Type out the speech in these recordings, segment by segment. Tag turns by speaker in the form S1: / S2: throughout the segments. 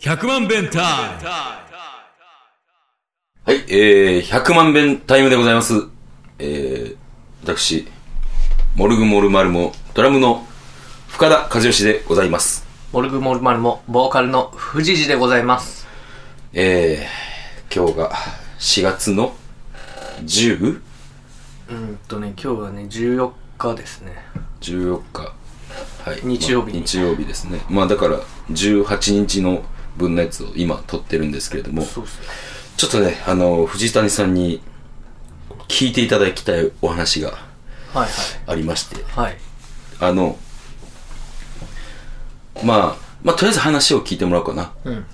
S1: 100万弁タイム
S2: はい、えー、100万遍タイムでございます。えー、私、モルグモルマルモ、ドラムの深田和義でございます。
S3: モルグモルマルもボーカルの藤次でございます。
S2: えー、今日が4月の 10?14
S3: うーんとね、今日はね、14日ですね。
S2: 日。はい。
S3: 日曜日
S2: まあ日曜日ですね。まあだから、18日の分のやつを今撮ってるんですけれども、
S3: そうっすね。
S2: ちょっとね、あの、藤谷さんに聞いていただきたいお話が
S3: はい
S2: ありまして、
S3: はい。はい。
S2: あの、まあ、まあ、とりあえず話を聞いてもらおうかな。
S3: うん。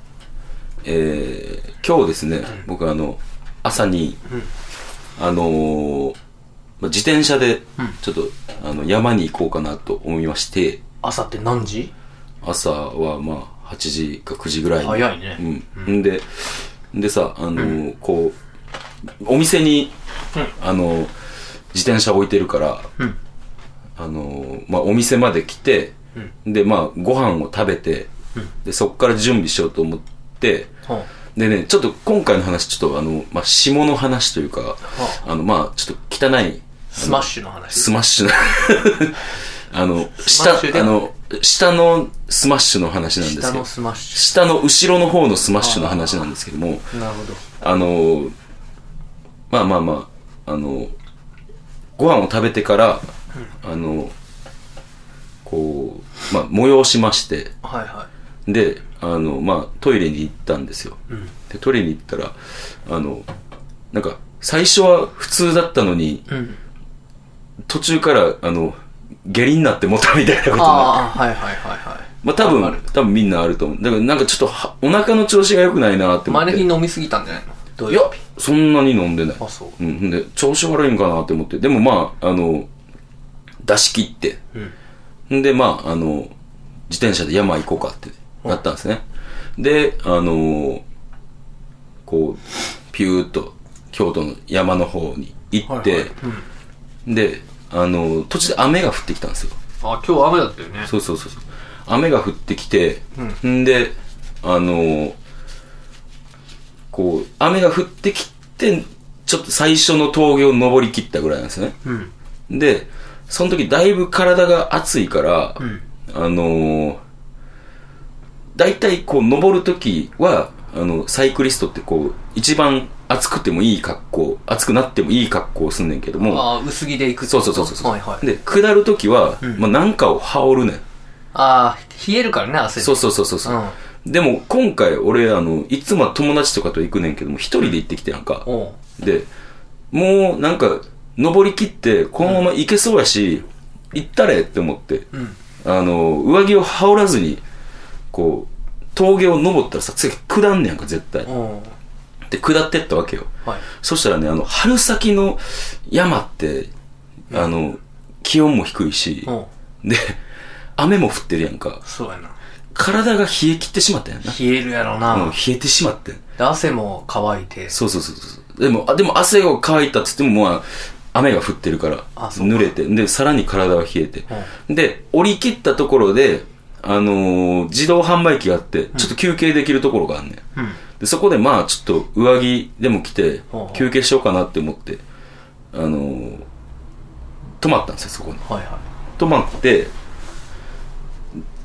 S2: えー、今日ですね、僕あの、朝に、あのーまあ自転車で、ちょっと、あの、山に行こうかなと思いまして、
S3: 朝って何時
S2: 朝はまあ、8時か9時ぐらいに。
S3: 早いね
S2: うん。んで、んでさ、あのーこう、お店に、あのー自転車置いてるから、
S3: うん。
S2: あのーまあ、お店まで来て、で、まあ、ご飯を食べて、で、そこから準備しようと思って、
S3: は
S2: でね、ちょっと今回の話、ちょっとあの、まあ、下の話というか、あの、まあ、ちょっと汚い、
S3: スマッシュの話。
S2: スマッシュ な、あの、
S3: ス
S2: 下
S3: マッシュ、で
S2: あ
S3: はない
S2: の、下のスマッシュの話なんですけど、
S3: 下のスマッシ
S2: 下の後ろの方のスマッシュの話なんですけども、
S3: ュ。なるほど。
S2: あの、まあまあまあ、あの、ご飯を食べてから、あの、こう、まあ、催しまして、
S3: はいは
S2: で、あの、まあ、トイレに行ったんですよ。で、トイレに行ったら、あの、なんか、最初は普通だったのに、
S3: い。うん。
S2: 途中から、あの、下痢になってもたみたいなことになって
S3: ああ、はいはいはいはい。
S2: まあ、多
S3: わか
S2: 分
S3: る、
S2: 多分みんなあると思う。だから、なんかちょっとは、お腹の調子が良くないなって思っ
S3: 前
S2: て。
S3: の日飲みすぎたんじゃないの土
S2: いや
S3: 曜日。、
S2: そんなに飲んでない。
S3: あ、そう。
S2: うん、ほんで、調子悪いんかなって思って。でもまあ、あの、出し切って。ん、で、まあ、あの、自転車で山行こうかってなったんですね。で、あの、こう、ピューっと京都の山の方に行って、
S3: はいはい
S2: で、あの、途中で雨が降ってきたんですよ。
S3: あ、今日雨だったよね。
S2: そうそうそうそう。雨が降ってきて、んで、あのーこう、雨が降ってきて、ちょっと最初の峠を登り切ったぐらいなんですね。
S3: うん。
S2: で、その時だいぶ体が熱いから、
S3: ん
S2: あのー、だいたいこう登る時は、あの、サイクリストってこう、一番暑くてもいい格好、暑くなってもいい格好をすんねんけども、
S3: ああ、薄着で行くって
S2: そ
S3: こ
S2: う
S3: と
S2: そうそうそう。
S3: はいはい。
S2: で、下る時は、まあ、なんかを羽織るねん。
S3: ああ、冷えるからね、汗で
S2: そうそうそうそうそう、でも今回俺あのいつもは友達とかと行くねんけども一人で行ってきてやんか、
S3: おう。
S2: でもうなんか登り切ってこのまま行けそうやし、行ったれって思って、
S3: ん
S2: あの上着を羽織らずにこう峠を登ったらさ次下んねやんか絶対、
S3: おう。
S2: で下ってったわけよ
S3: はい。
S2: そしたらねあの春先の山ってあの、気温も低いし、
S3: おう。
S2: で雨も降ってるやんか
S3: そうやな。
S2: 体が冷え切ってしまったやんな
S3: 冷えるやろな。
S2: うん、冷えてしまって
S3: で汗も乾いて
S2: そうそうそうそうでもあでも汗をかいたっつってもまあ雨が降ってるから
S3: あそうか
S2: 濡れてでさらに体が冷えて、で降り切ったところであのー自動販売機があってちょっと休憩できるところがあんね、ん
S3: うん
S2: でそこでまあちょっと上着でも着て
S3: ほうほう
S2: 休憩しようかなって思ってあのー泊まったんですよそこに
S3: はいはい
S2: 泊まって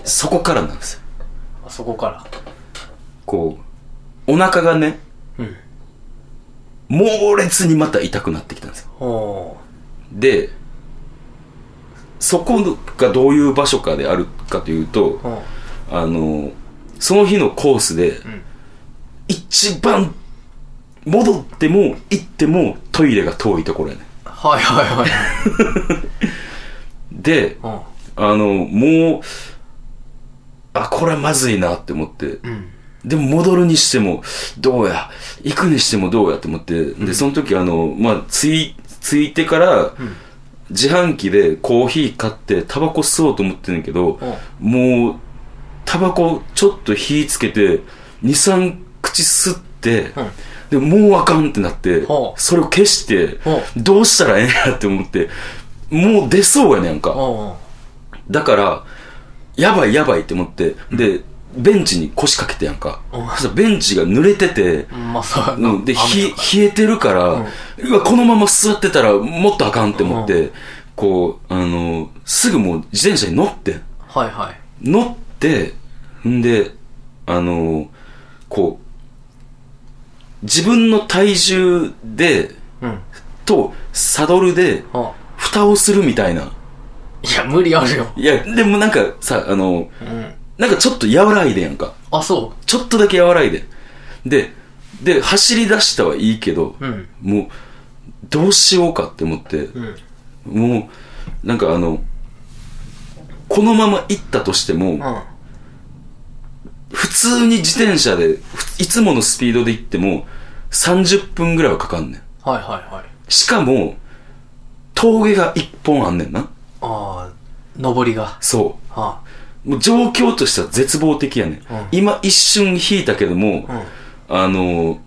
S2: そこからなんですよ
S3: あそこから
S2: こうお腹がね
S3: うん
S2: 猛烈にまた痛くなってきたんですよ
S3: お
S2: でそこがどういう場所かであるかというと
S3: お
S2: あのその日のコースで、
S3: ん
S2: 一番戻っても行ってもトイレが遠いところやね
S3: はいは いはい
S2: で
S3: う
S2: あのもうあこれはまずいなって思って
S3: んうん
S2: でも戻るにしてもどうや行くにしてもどうやって思ってでその時あのまあつい着いてから、自販機でコーヒー買ってタバコ吸おうと思ってんねんけど、もうタバコちょっと火つけて23口吸って、でもうあかんってなって、
S3: ほう
S2: それを消して、
S3: ほ
S2: どうしたらええんやって思ってもう出そうやねんか、
S3: おう
S2: だから、やばいやばいって思って、で、ベンチに腰掛けてやんか
S3: うん。
S2: そしたらベンチが濡れてて、
S3: まあそうやな
S2: うん、で、
S3: 雨
S2: ひ冷えてるから、
S3: う
S2: うわ、このまま座ってたらもっとあかんって思って、こう、あの、すぐもう自転車に乗って、
S3: はいはい
S2: 乗って、んで、あの、こう、自分の体重で、
S3: うん
S2: と、サドルで、
S3: あ
S2: 蓋をするみたいな。
S3: いや無理あるよ
S2: いや、でもなんかさ、あの、
S3: うん
S2: なんかちょっと和らいでやんか。
S3: あそ
S2: ちょっとだけ和らいで。で、で、走り出したはいいけど、
S3: ううん
S2: もう、どうしようかって思って、
S3: うん
S2: もう、なんかあの、このまま行ったとしても、
S3: うん
S2: 普通に自転車で、ふいつものスピードで行っても、30分ぐらいはかかんねん。
S3: はいはいはい
S2: しかも、峠が1本あんねんな。
S3: ああ上りが
S2: そ
S3: は
S2: う。もう状況としては絶望的やねん。
S3: うん
S2: 今一瞬引いたけども、
S3: あうん
S2: あの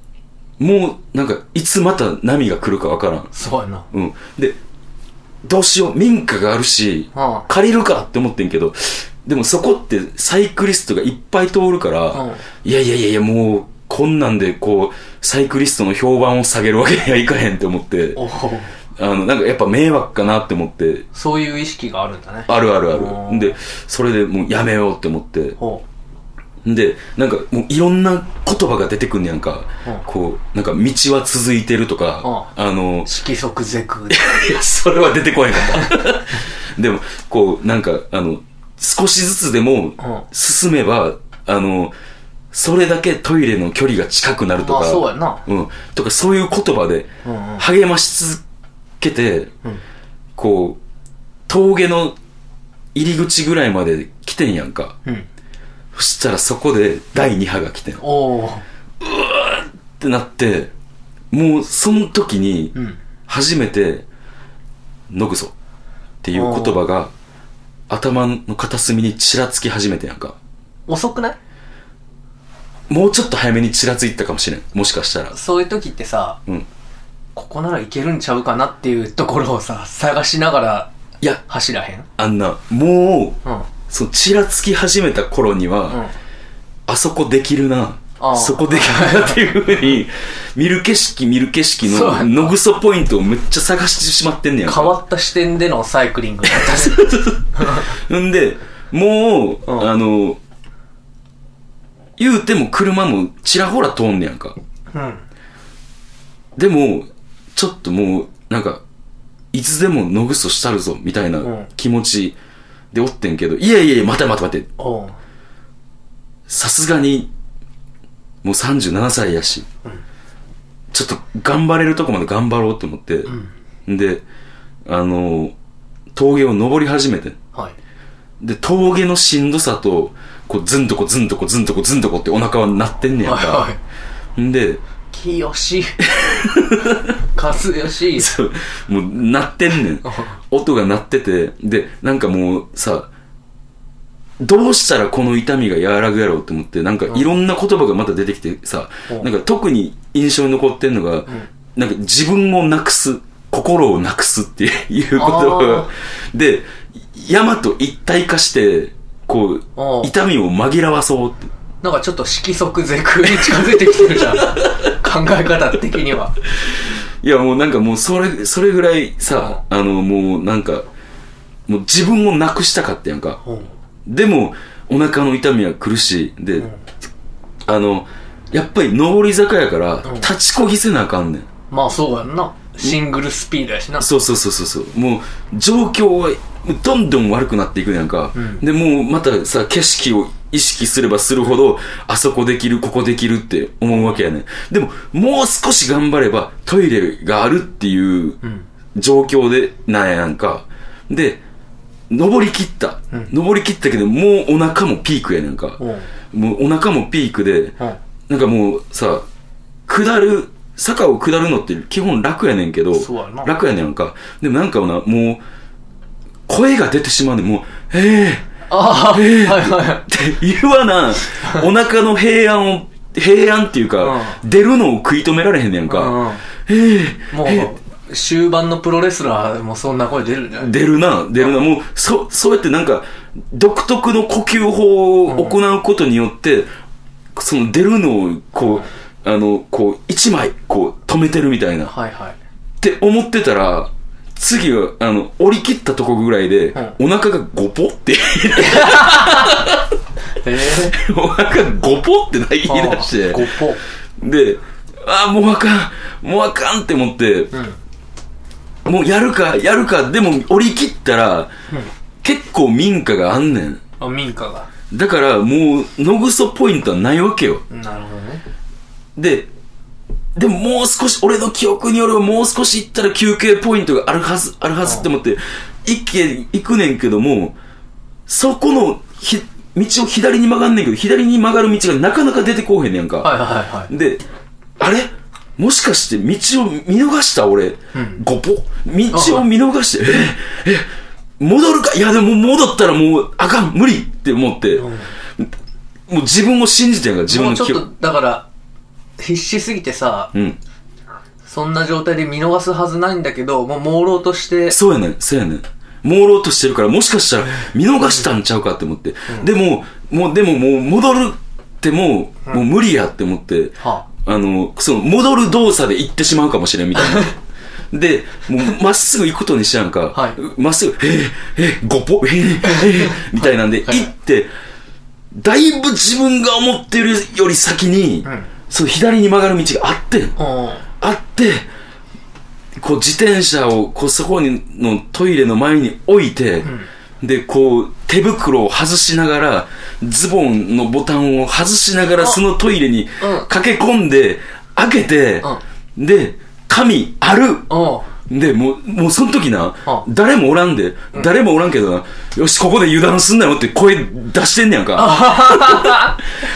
S2: もうなんかいつまた波が来るかわからん。
S3: そうやな
S2: うん。で、どうしよう、民家があるし、
S3: は
S2: 借りるかって思ってんけど、でもそこってサイクリストがいっぱい通るから、
S3: うん
S2: いやいやいやいや、もう、こんなんで、こう、サイクリストの評判を下げるわけにはいかへんって思って、
S3: おお
S2: あの、なんかやっぱ迷惑かなって思って、
S3: そういう意識があるんだね
S2: あるあるあ
S3: う
S2: る。
S3: ん
S2: で、それでもうやめようって思って、
S3: ほ
S2: で、なんかもういろんな言葉が出てくんねやんか
S3: うん。
S2: こう、なんか道は続いてるとか、あの
S3: う、色即是空
S2: いや、それは出てこへんかった。 でも、こう、なんか、あの、少しずつでも
S3: うん
S2: 進めば、あの、それだけトイレの距離が近くなると
S3: ま
S2: か、
S3: あそうやな
S2: うん、とかそういう言葉で
S3: うんうん
S2: 励まし続けて、
S3: うん
S2: こう、峠の入り口ぐらいまで来てんやんか。
S3: うん
S2: そしたらそこで第2波が来てん。っ
S3: おお
S2: てなって、もうその時に
S3: うん
S2: 初めて、のぐそっていう言葉が頭の片隅にちらつき始めてんやんか。
S3: 遅くない
S2: もうちょっと早めにちらついてたかもしれん。もしかしたら。
S3: そういう時ってさ
S2: うん。
S3: ここならいけるんちゃうかなっていうところをさ探しながら
S2: いや、
S3: 走らへん
S2: あんな、もう、
S3: うん
S2: そのちらつき始めた頃には、
S3: うん
S2: あそこできるな
S3: ああ
S2: そこできるなっていうふうに見る景色見る景色
S3: そう
S2: の
S3: やな
S2: のぐそポイントをめっちゃ探してしまってんねやん
S3: 変
S2: か
S3: わった視点でのサイクリング だったね
S2: んでもう、
S3: うん
S2: あの言うても車もちらほら通んねやんか
S3: うん
S2: でもちょっともうなんかいつでものぐそしたるぞみたい
S3: うん
S2: な気持ちでおってんけど、いやいやいや待て待て待て
S3: おう
S2: さすがにもう37歳やし、ちょっと頑張れるとこまで頑張ろうと思って、であの峠を登り始めて
S3: はい
S2: で峠のしんどさとこうズンとこズンとこズンとこズンとこってお腹は鳴ってんねやんか、
S3: はいはい
S2: んで
S3: 清 しかすよし
S2: そうもう鳴ってんね ん音が鳴っててでなんかもうさどうしたらこの痛みが和らぐやろうと思ってなんかいろんな言葉がまた出てきてさ、
S3: うん
S2: なんか特に印象に残ってんのが、なんか自分をなくす心をなくすっていう言葉がで山と一体化してこう
S3: おう
S2: 痛みを紛らわそうって
S3: なんかちょっと色即是空に近づいてきてる じゃん考え方的にはい
S2: やもうなんかもうそれそれぐらいさあのもうなんかもう自分をなくしたかったやんか
S3: おう
S2: でも、お腹の痛みは苦しい。で、あの、やっぱり上り坂やから
S3: うん、
S2: 立ちこぎせなあかんねん。
S3: まあそうやんなシングルスピードやしな
S2: そうそうそうそうそう。もう、状況は、どんどん悪くなっていくねやんか。
S3: うん
S2: で、もう、またさ、景色を意識すればするほど、あそこできる、ここできるって思うわけやねん。でも、もう少し頑張れば、トイレがあるっていう
S3: うん
S2: 状況で、なんやんか。で、登り切った。
S3: うん
S2: 登り切ったけど、もうお腹もピークやねんか。
S3: おう
S2: もうお腹もピークで、
S3: うん
S2: なんかもうさ、下る、坂を下るのって基本楽やねんけど
S3: そうやな、
S2: 楽やねんか。でもなんかな、もう、声が出てしまうねん、もう、え
S3: ああ、はいはいはい
S2: えって言わ な、お腹の平安を、平安っていうか、出るのを食い止められへんねんか。ええええ
S3: もう終盤のプロレスラーもそんな声出るんじゃない
S2: 出るな、出るな、もう、そ、そうやってなんか、独特の呼吸法を行うことによって、その出るのを、こう、あの、こう、一枚、こう、止めてるみたいな。
S3: はいはい。
S2: って思ってたら、次は、あの、折り切ったとこぐらいで、
S3: は
S2: お腹がゴポって、
S3: ええ
S2: お腹がゴポってない言い出して、
S3: ごっぽ。
S2: で、ああ、もうあかん、もうあかんって思って、
S3: うん。
S2: もうやるか、やるか、でも折り切ったら、結構民家があんねん。
S3: あ、民家が。
S2: だからもう、ノグソポイントはないわけよ。
S3: なるほどね。
S2: で、でももう少し、俺の記憶によればもう少し行ったら休憩ポイントがあるはず、あるはずって思って、一軒行くねんけども、そこのひ、道を左に曲がんねんけど、左に曲がる道がなかなか出てこうへんねやんか。
S3: はいはいはい。
S2: で、あれもしかして道を見逃した俺、
S3: ん
S2: ごぽ道を見逃して、ええ戻るかいやでも戻ったらもうあかん無理って思って、もう自分を信じてんから自分
S3: もう
S2: の
S3: ちょっ
S2: 記
S3: と
S2: 憶。、
S3: だから、必死すぎてさ、
S2: うん。
S3: そんな状態で見逃すはずないんだけど、もう朦朧として、
S2: そうやねん、そうやねん。朦朧としてるから、もしかしたら見逃したんちゃうかって思って。でも、もう、でももう戻るってもう、もう無理やって思って、
S3: は
S2: あの、その、戻る動作で行ってしまうかもしれんみたいな。 で、もう、まっすぐ行くことにしたんか、
S3: はい
S2: まっすぐ、えー、えー、ごぽ、えー、えー、みたいなんで、
S3: はい
S2: 行って、だいぶ自分が思ってるより先に、
S3: うん
S2: その左に曲がる道があってん
S3: あ。うん。
S2: あって、こう自転車をこうそこにのトイレの前に置いて、で、こう手袋を外しながら、ズボンのボタンを外しながら、
S3: あ
S2: そのトイレに
S3: うん
S2: 駆け込んで、開けて、で、紙ある
S3: うん。
S2: で、もう、もうその時な
S3: あ、
S2: 誰もおらんで、誰もおらんけどな、よし、ここで油断すんなよって声出してんねやんか。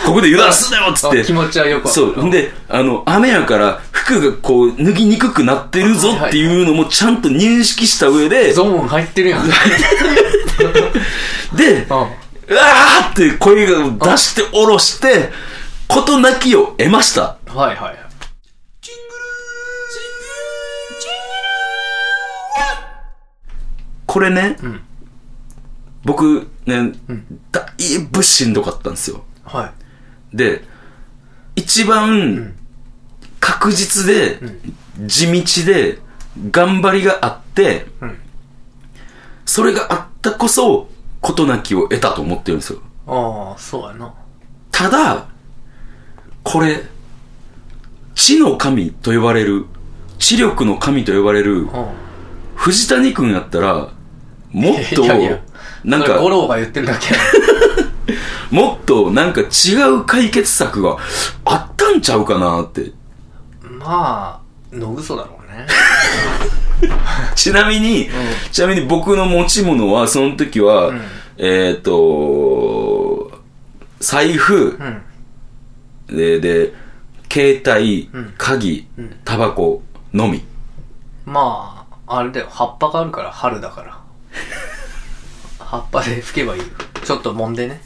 S2: ここで油断すんなよっつって
S3: あ。気持ちはよくわか
S2: そ
S3: る
S2: う。んで、あの、雨やから服がこう、脱ぎにくくなってるぞっていうのもちゃんと認識した上で、
S3: ゾーン入ってる やん。うん。
S2: で、うわーって声を出して下ろして、事なきを得ました。
S3: はいはい。
S2: これね、
S3: ん
S2: 僕ね、だいぶしんどかったんですよ。
S3: はい。
S2: で、一番確実で、地道で、頑張りがあって、
S3: ん
S2: それがあったこそ、事なきを得たと思ってるんですよ。
S3: ああ、そうやな。
S2: ただ、これ、知の神と呼ばれる、知力の神と呼ばれる、
S3: う
S2: 藤谷君やったら、もっと
S3: いやいや、ん。
S2: なん
S3: それ
S2: か
S3: 五、郎が言ってるだけ。
S2: もっとなんか違う解決策があったんちゃうかなって。
S3: まあ、野ぐそだろう ね。
S2: ちなみに、
S3: ん
S2: ちなみに僕の持ち物は、その時は、
S3: ん
S2: えっ、と、財布
S3: う、ん。
S2: で、で携帯、
S3: ん
S2: 鍵
S3: ん、
S2: タバコの み。
S3: まあ、あれだよ。葉っぱがあるから、春だから。葉っぱで吹けばいいよ。ちょっと揉んでね。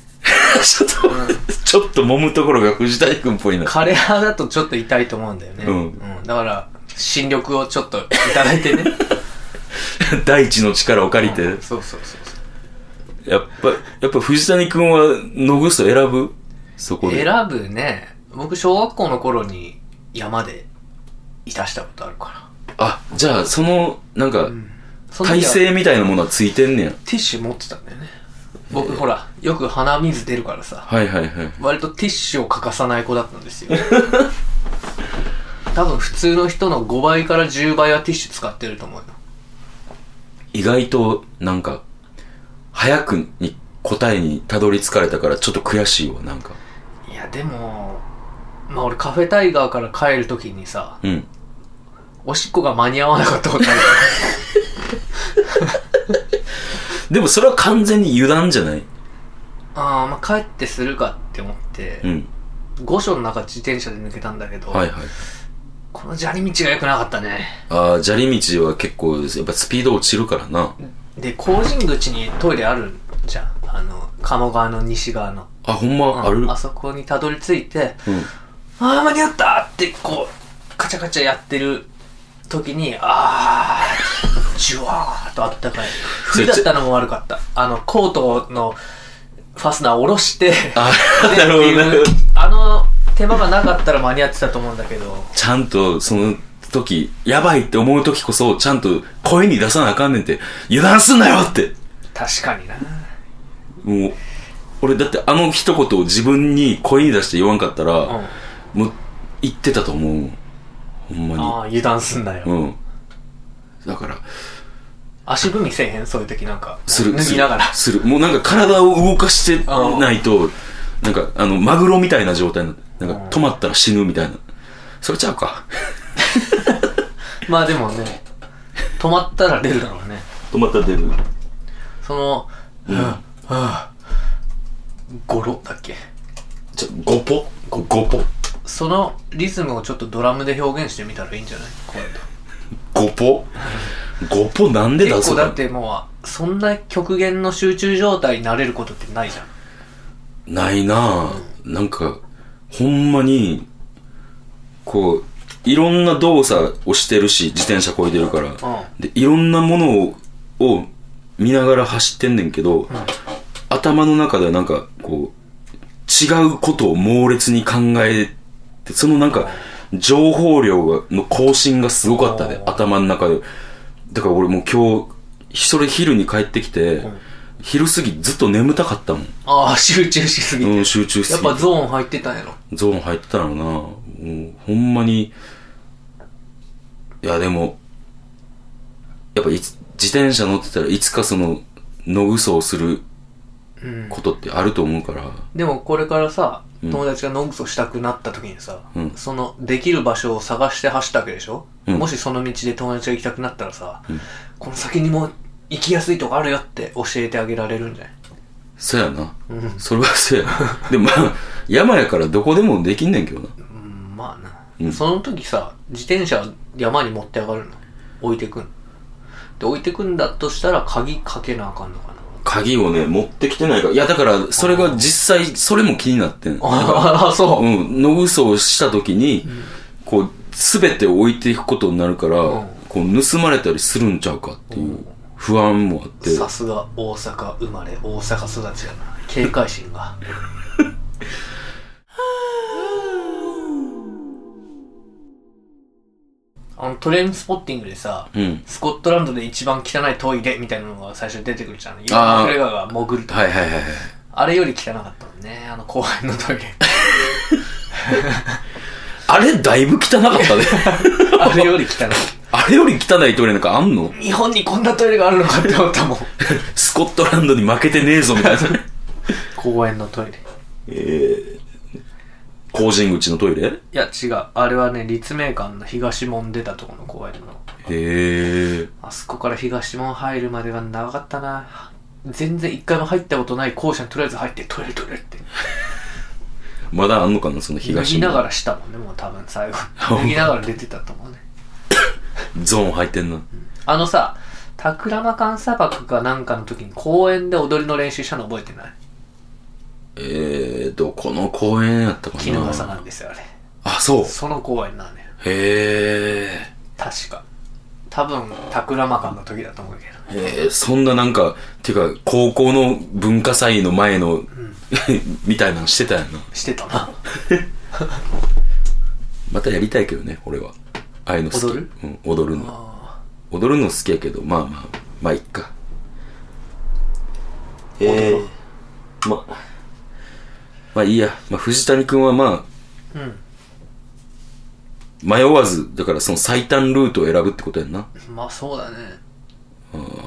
S2: ちょっと、ちょっと揉むところが藤谷君っぽいな。
S3: 枯れ葉だとちょっと痛いと思うんだよね。
S2: うん
S3: だから、新緑をちょっといただいてね。
S2: 大地の力を 借りて。
S3: うんそうそうそうそう。
S2: やっぱ、やっぱ藤谷君は、ノグソ選ぶそこで。
S3: 選ぶね。僕、小学校の頃に山でいたしたことあるか
S2: あ、じゃあ、その、なんか、
S3: ら。その
S2: 体
S3: 時は
S2: 勢みたいなものはついてんねや。
S3: ティッシュ持ってたんだよね。僕、ほら、よく鼻水出るからさ。
S2: はいはいはい。
S3: 割とティッシュを欠かさない子だったんですよ多分普通の人の5倍から10倍はティッシュ使ってると思うよ
S2: 意外と、なんか、早くに答えにたどり着かれたから、ちょっと悔しいわ、なんか。
S3: いやでもまあ俺カフェタイガーから帰るときにさ
S2: うん。
S3: おしっこが間に合わなかっ たことある
S2: でもそれは完全に油断じゃない
S3: ああまあ帰ってするかって思って
S2: うん。
S3: 御所の中自転車で抜けたんだけど、
S2: はいはい。
S3: この砂利道が良くなかったね
S2: ああ、砂利道は結構、やっぱスピード落ちるからな。
S3: で工人口にトイレあるじゃんあの鴨川の西側の
S2: あ、ほんま、ある、うん、
S3: あそこにたどり着いてあー間に合ったってこうカチャカチャやってる時にあーじゅわーっとあったかい。冬だったのも悪かった。あの、コートのファスナー下ろして、
S2: あ
S3: で
S2: なるほどな
S3: っていうあの、手間がなかったら間に合ってたと思うんだけど、
S2: ちゃんとその時、やばいって思う時こそ、ちゃんと声に出さなあかんねんって、油断すんなよって。
S3: 確かにな。
S2: もう、俺だってあの一言を自分に声に出して言わんかったら、
S3: うん。
S2: もう、言ってたと思う。ほん
S3: あ
S2: ま
S3: あ、油断すんなよ。
S2: に。うん。だから、
S3: 足踏みせえへんそういう時なんか。
S2: する。
S3: 脱ぎながら。
S2: する。するもうなんか体を動かして
S3: ああ
S2: ないと、なんか、あの、マグロみたいな状態になって、なん
S3: うん
S2: か止まったら死ぬみたいな。それちゃうか。
S3: まあでもね、止まったら出るだろうね。
S2: 止まったら出る。
S3: その、うん、はあ、ゴロだっけ
S2: ちょ、5歩 ?5 歩。
S3: そのリズムをちょっとドラムで表現してみたらいいんじゃない今度。
S2: 5歩 ?5 歩なんで出
S3: 結
S2: そ
S3: 構
S2: う
S3: だってもう、そんな極限の集中状態になれることってないじゃん。
S2: ないなぁ、なんか、ほんまに、こう、いろんな動作をしてるし、自転車こいでるから。
S3: う
S2: で、いろんなものを、を見ながら走ってんねんけど、頭の中ではなんか、こう、違うことを猛烈に考えて、そのなんか、情報量が、の更新がすごかったで、
S3: うん
S2: 頭の中で。だから俺もう今日、それ昼に帰ってきて、
S3: ん
S2: 昼過ぎずっと眠たかったもん。
S3: ああ、集中しすぎて。
S2: うん、集中し
S3: や
S2: す
S3: っ
S2: ぎて
S3: ぱゾーン入ってたんやろ。
S2: ゾーン入ってたのかなもうほんまにいやでもやっぱいつ自転車乗ってたらいつかそのの嘘をする
S3: うん。
S2: ことってあると思うから
S3: でもこれからさ、
S2: うん
S3: 友達がノグソしたくなった時にさ、
S2: うん
S3: そのできる場所を探して走ったわけでしょ、
S2: うん
S3: もしその道で友達が行きたくなったらさ、
S2: ん
S3: この先にも行きやすいとこあるよって教えてあげられるんじゃない
S2: そやな
S3: うん
S2: それはそ やでもまあ山やからどこでもできんねんけどな
S3: うん、まあな、
S2: うん
S3: その時さ、自転車山に持って上がるの置いてくんで、置いてくんだとしたら鍵かけなあかんの かな
S2: 鍵をね持ってきてないからいやだからそれが実際それも気になってん
S3: ああ、そう。
S2: うん、の嘘をした時に、こう、すべてを置いていくことになるから、
S3: うん
S2: こう、盗まれたりするんちゃうかっていう不安もあって、
S3: さすが大阪生まれ大阪育ちやな警戒心 があのトレインスポッティングでさ
S2: うん。
S3: スコットランドで一番汚いトイレみたいなのが最初に出てくるじゃん
S2: あー
S3: フレガが潜ると
S2: はいはいはいはい。
S3: あれより汚かったもんねあの公園のトイレ
S2: あれ、だいぶ汚かったね。
S3: あれより汚い
S2: あれより汚いトイレなんかあんの
S3: 日本にこんなトイレがあるのかって思ったもん
S2: スコットランドに負けてねえぞ、みたいな。
S3: 公園のトイレい
S2: えー、工人口のトイレへ
S3: や違うあれはね立命館の東門出たところの公園の
S2: え。
S3: あそこから東門入るまでが長かったな。全然一回も入ったことない校舎にとりあえず入ってトイレトイレって。
S2: まだあんのかな、その
S3: 脱
S2: 東
S3: ぎなが
S2: の
S3: らしたもんね、もう多分最 後。
S2: ほんま
S3: 脱ぎながら出てたと思うね。
S2: ゾーン入ってんな。
S3: あのさ、タクラマカン砂漠かなんかの時に公園で踊りの練習したの覚えてない
S2: えー、どこの公園やったかな
S3: 絹笠なんですよ、あれ。
S2: あ、そう。
S3: その公園なのよ。
S2: へえ。
S3: 確か。多分、タクラマカンの時だと思うけど。
S2: えー、そんななんか、てか、高校の文化祭の前の、 みたいなのしてたやんな。
S3: してたな。
S2: またやりたいけどね、俺は。ああいうの好き。
S3: 踊る
S2: うん、踊るの。
S3: あ
S2: 踊るの好きやけど、まあまあ、まあ、いっか。え
S3: 踊ろ
S2: ー、ま、まあいいや。まあ、藤谷くんはまあ、
S3: ーうん。
S2: 迷わず、だからその最短ルートを選ぶってことやんな。
S3: まあそうだね。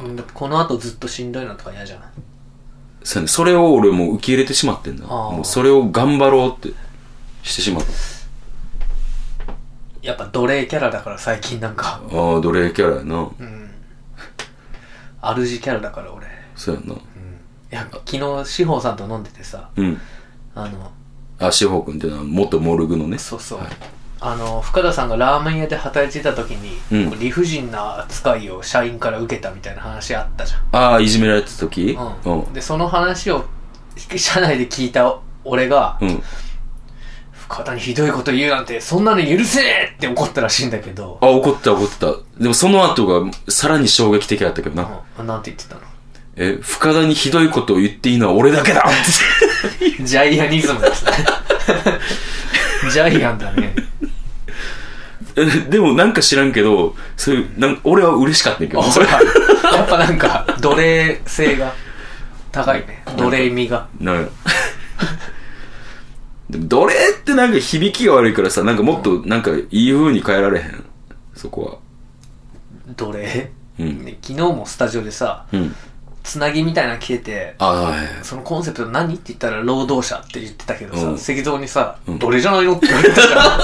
S3: うんだってこの後ずっとしんどいのとか嫌じゃない
S2: そうやねそれを俺もう受け入れてしまってんだ。
S3: あー
S2: もうそれを頑張ろうってしてしまった。
S3: やっぱ奴隷キャラだから最近なんか、
S2: ああ、奴隷キャラやな。
S3: うん。主キャラだから俺。い
S2: そうやんな。
S3: や、昨日、志保さんと飲んでてさ、
S2: うん。
S3: あの、
S2: あ、志保君っていうのは元モルグのね。
S3: そうそう。
S2: はい
S3: あの、深田さんがラーメン屋で働いてた時に、
S2: うん
S3: こう理不尽な扱いを社員から受けたみたいな話あったじ
S2: ああ、いじめられてた時
S3: ゃん。
S2: う。
S3: うんん。で、その話を、社内で聞いた俺が、
S2: うん。
S3: 方にひどいこと言うなんて、そんなの許せねえって怒ったらしいんだけど、
S2: あ、怒った怒った。でもその後がさらに衝撃的だったけどな。
S3: うんなんて言ってたの
S2: え、深田にひどいことを言っていいのは俺だけだ
S3: ジャイアニズムで すね。ジャイアンだね。
S2: え でもなんか知らんけど、そういう、なん俺は嬉しかったんやけど、それ
S3: やっぱなんか、奴隷性が高いね。奴隷味が。
S2: なんやでも、奴隷ってなんか響きが悪いからさ、なんかもっとなんかいい風に変えられへん。そこ
S3: 奴隷、
S2: うん
S3: で昨日もスタジオでさ、
S2: は。うん。
S3: つなぎみたいなの着てて、
S2: ああ、はい。
S3: そのコンセプト何って言ったら労働者って言ってたけどさ、
S2: うん
S3: 石像にさ、
S2: うん
S3: 奴隷じゃないのって言われたから、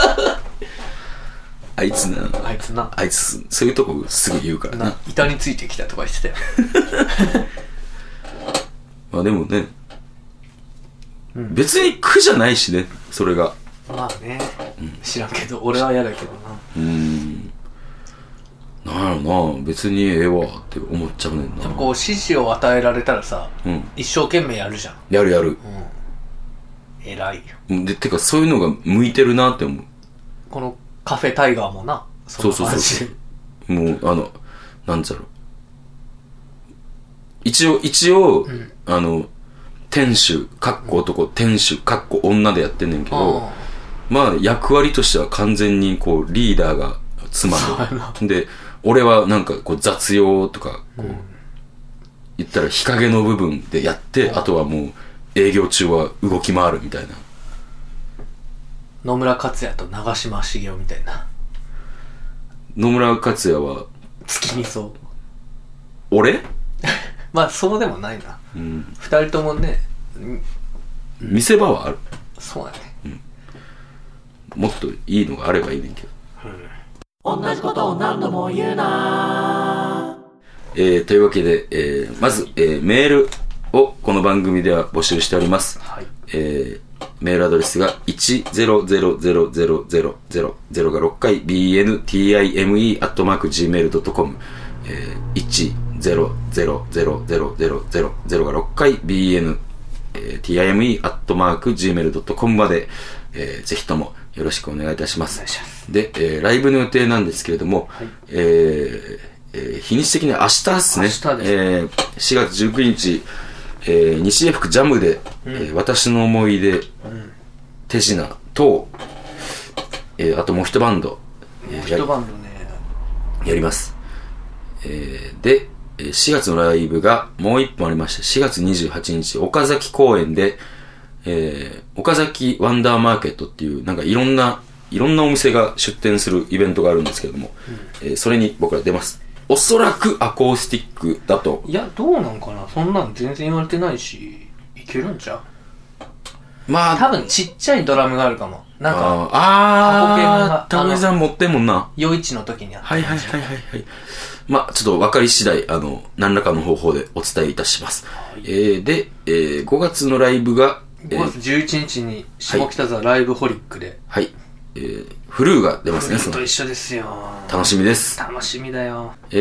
S2: あいつな、
S3: あいつな、
S2: あいつ、そういうとこすぐ言うからな。
S3: な、板についてきたとか言ってたよ。
S2: まあでもね、
S3: うん
S2: 別に苦じゃないしね、それが。
S3: まあね、知らんけど、俺は嫌だけどな。
S2: うーん。なんやろな、別にええわって思っちゃうねんな。
S3: こう、指示を与えられたらさ、
S2: うん。
S3: 一生懸命やるじゃん。
S2: やるやる。
S3: うん。偉いよ。
S2: うんで、てかそういうのが向いてるなって思
S3: このカフェタイガーもな、そんな
S2: そうそうそう
S3: 感じ
S2: う。もう、あの、なんちゃろう。一応、一応、
S3: ん
S2: あの、店主、かっこ男、店主、かっこ女でやってんねんけど、
S3: うん
S2: まあ役割としては完全にこうリーダーが妻で。で、俺はなんかこう雑用とか、こう、言ったら日陰の部分でやって、あとはもう営業中は動き回るみたいな。
S3: 野村克也と長嶋茂雄みたいな。
S2: 野村克也は、
S3: 月にそう。
S2: 俺
S3: まあ、そうでもないな。
S2: うん。
S3: 二人ともね、ん
S2: 見せ場はある。
S3: そうだね。
S2: もっといいのがあればいいねんけど。同じことを何度も言うなえー、というわけで、えー、まず、えー、メールをこの番組では募集しております。
S3: はい。
S2: えーメールアドレスが1000000が6回 bntime.gmail.com えー1000000が6回 bntime.gmail.com まで、えーぜひともよろしくお願いいたします
S3: 願いしま。
S2: で、えーライブの予定なんですけれども、
S3: はい
S2: えーえー日にち的には明日ですね。
S3: 明日ですね
S2: えー4月19日、えー西江福ジャムで、えー私の思い出、手品と、えーあともう一バンド、えーや
S3: 一晩のね、
S2: やります。えーで、えー4月のライブがもう一本ありまして、4月28日、岡崎公園で、えー岡崎ワンダーマーケットっていう、なんかいろんな、いろんなお店が出店するイベントがあるんですけれども、えーそれに僕ら出ます。おそらくアコースティックだと、
S3: いや、どうなんかなそんなん全然言われてないし、いけるんちゃう
S2: まあ、
S3: 多分ちっちゃいドラムがあるかも。なんか、
S2: あーあー、
S3: 箱
S2: タ
S3: 券が
S2: メさん持ってんもんな。
S3: 余市の時にあった。
S2: はいはいはいはいはい。まあ、ちょっと分かり次第、あの、何らかの方法でお伝えいたします。えー、で、えー、5月のライブが、えー
S3: 5月11日に下北沢ライブホリックで、
S2: はい、えー、フルーが出ますね、
S3: ず
S2: そ
S3: っ
S2: の
S3: と。一緒ですよ。
S2: 楽しみです。
S3: 楽しみだよ。
S2: え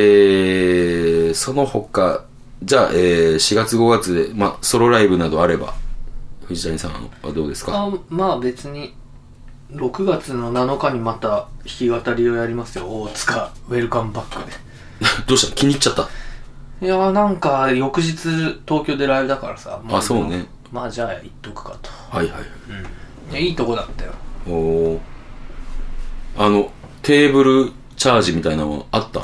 S2: ー、その他、じゃあ、えー、4月5月で、まあ、ソロライブなどあれば、藤谷さんはどうですか
S3: あまあ別に、6月の7日にまた弾き語りをやりますよ。大塚、ウェルカムバックで。
S2: どうした気に入っちゃった。
S3: いやーなんか、翌日東京でライブだからさ。ま
S2: あそうね。
S3: まあじゃあ行っとくかと。
S2: はいはい。
S3: いや、いいとこだったよ。
S2: おーあの、テーブルチャージみたいなのはあったへ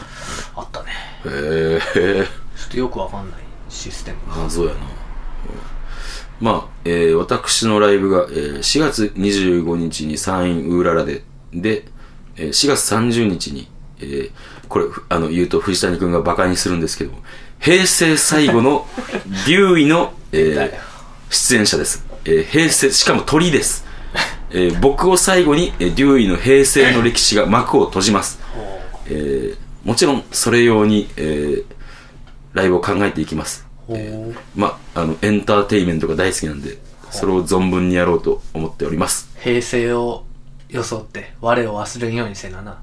S3: あったね。
S2: え。
S3: ちょっとよくわかんないシステムが。
S2: 謎やな。まあ、えー私のライブが、えー4月25日に山陰ウーララで、で、えー4月30日に、えーこれ、ふあの、言うと藤谷くんがバカにするんですけども、平成最後の竜医の、えー
S3: たよ
S2: 出演者です。えー平成、しかも鳥です。えー僕を最後に、えー竜医の平成の歴史が幕を閉じます。えーもちろん、それ用に、えーライブを考えていきます。
S3: ほう。
S2: まあ、あの、エンターテインメントが大好きなんで、それを存分にやろうと思っております。
S3: 平成を装って、我を忘れんようにせなな。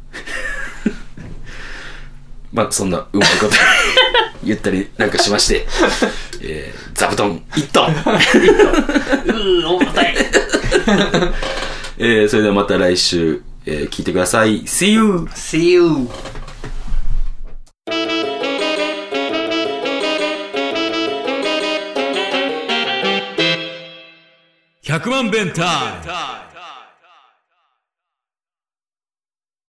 S2: まあ、そんな、うまいこと、 言ったりなんかしまして、えー、座布団1トン
S3: うー、重たい。
S2: ええーそれではまた来週、えー聞いてください。See you!
S3: See you!
S1: !100 万弁タイム